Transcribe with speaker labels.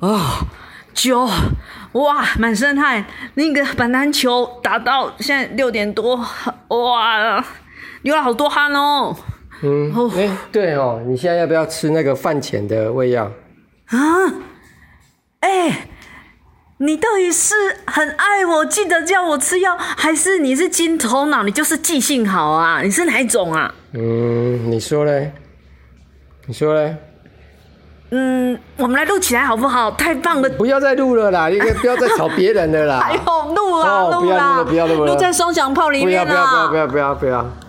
Speaker 1: 啊，九，哇，满身汗。那个板篮球打到现在六点多，哇，流了好多汗哦。
Speaker 2: 嗯，
Speaker 1: 哦
Speaker 2: 哎、对哦，你现在要不要吃那个饭前的胃药？
Speaker 1: 啊，哎、你到底是很爱我，记得叫我吃药，还是你是金头脑，你就是记性好啊？你是哪一种啊？
Speaker 2: 嗯，你说嘞？你说嘞？
Speaker 1: 嗯，我们来录起来好不好？太棒了！
Speaker 2: 不要再录了啦，你可以不要再吵别人了啦！
Speaker 1: 哎呦，录啊
Speaker 2: 哦
Speaker 1: 录啦，
Speaker 2: 不要录了不要录了
Speaker 1: 在双响炮里
Speaker 2: 不要
Speaker 1: 面啊
Speaker 2: 不要不要不
Speaker 1: 啦！
Speaker 2: 要不要不要！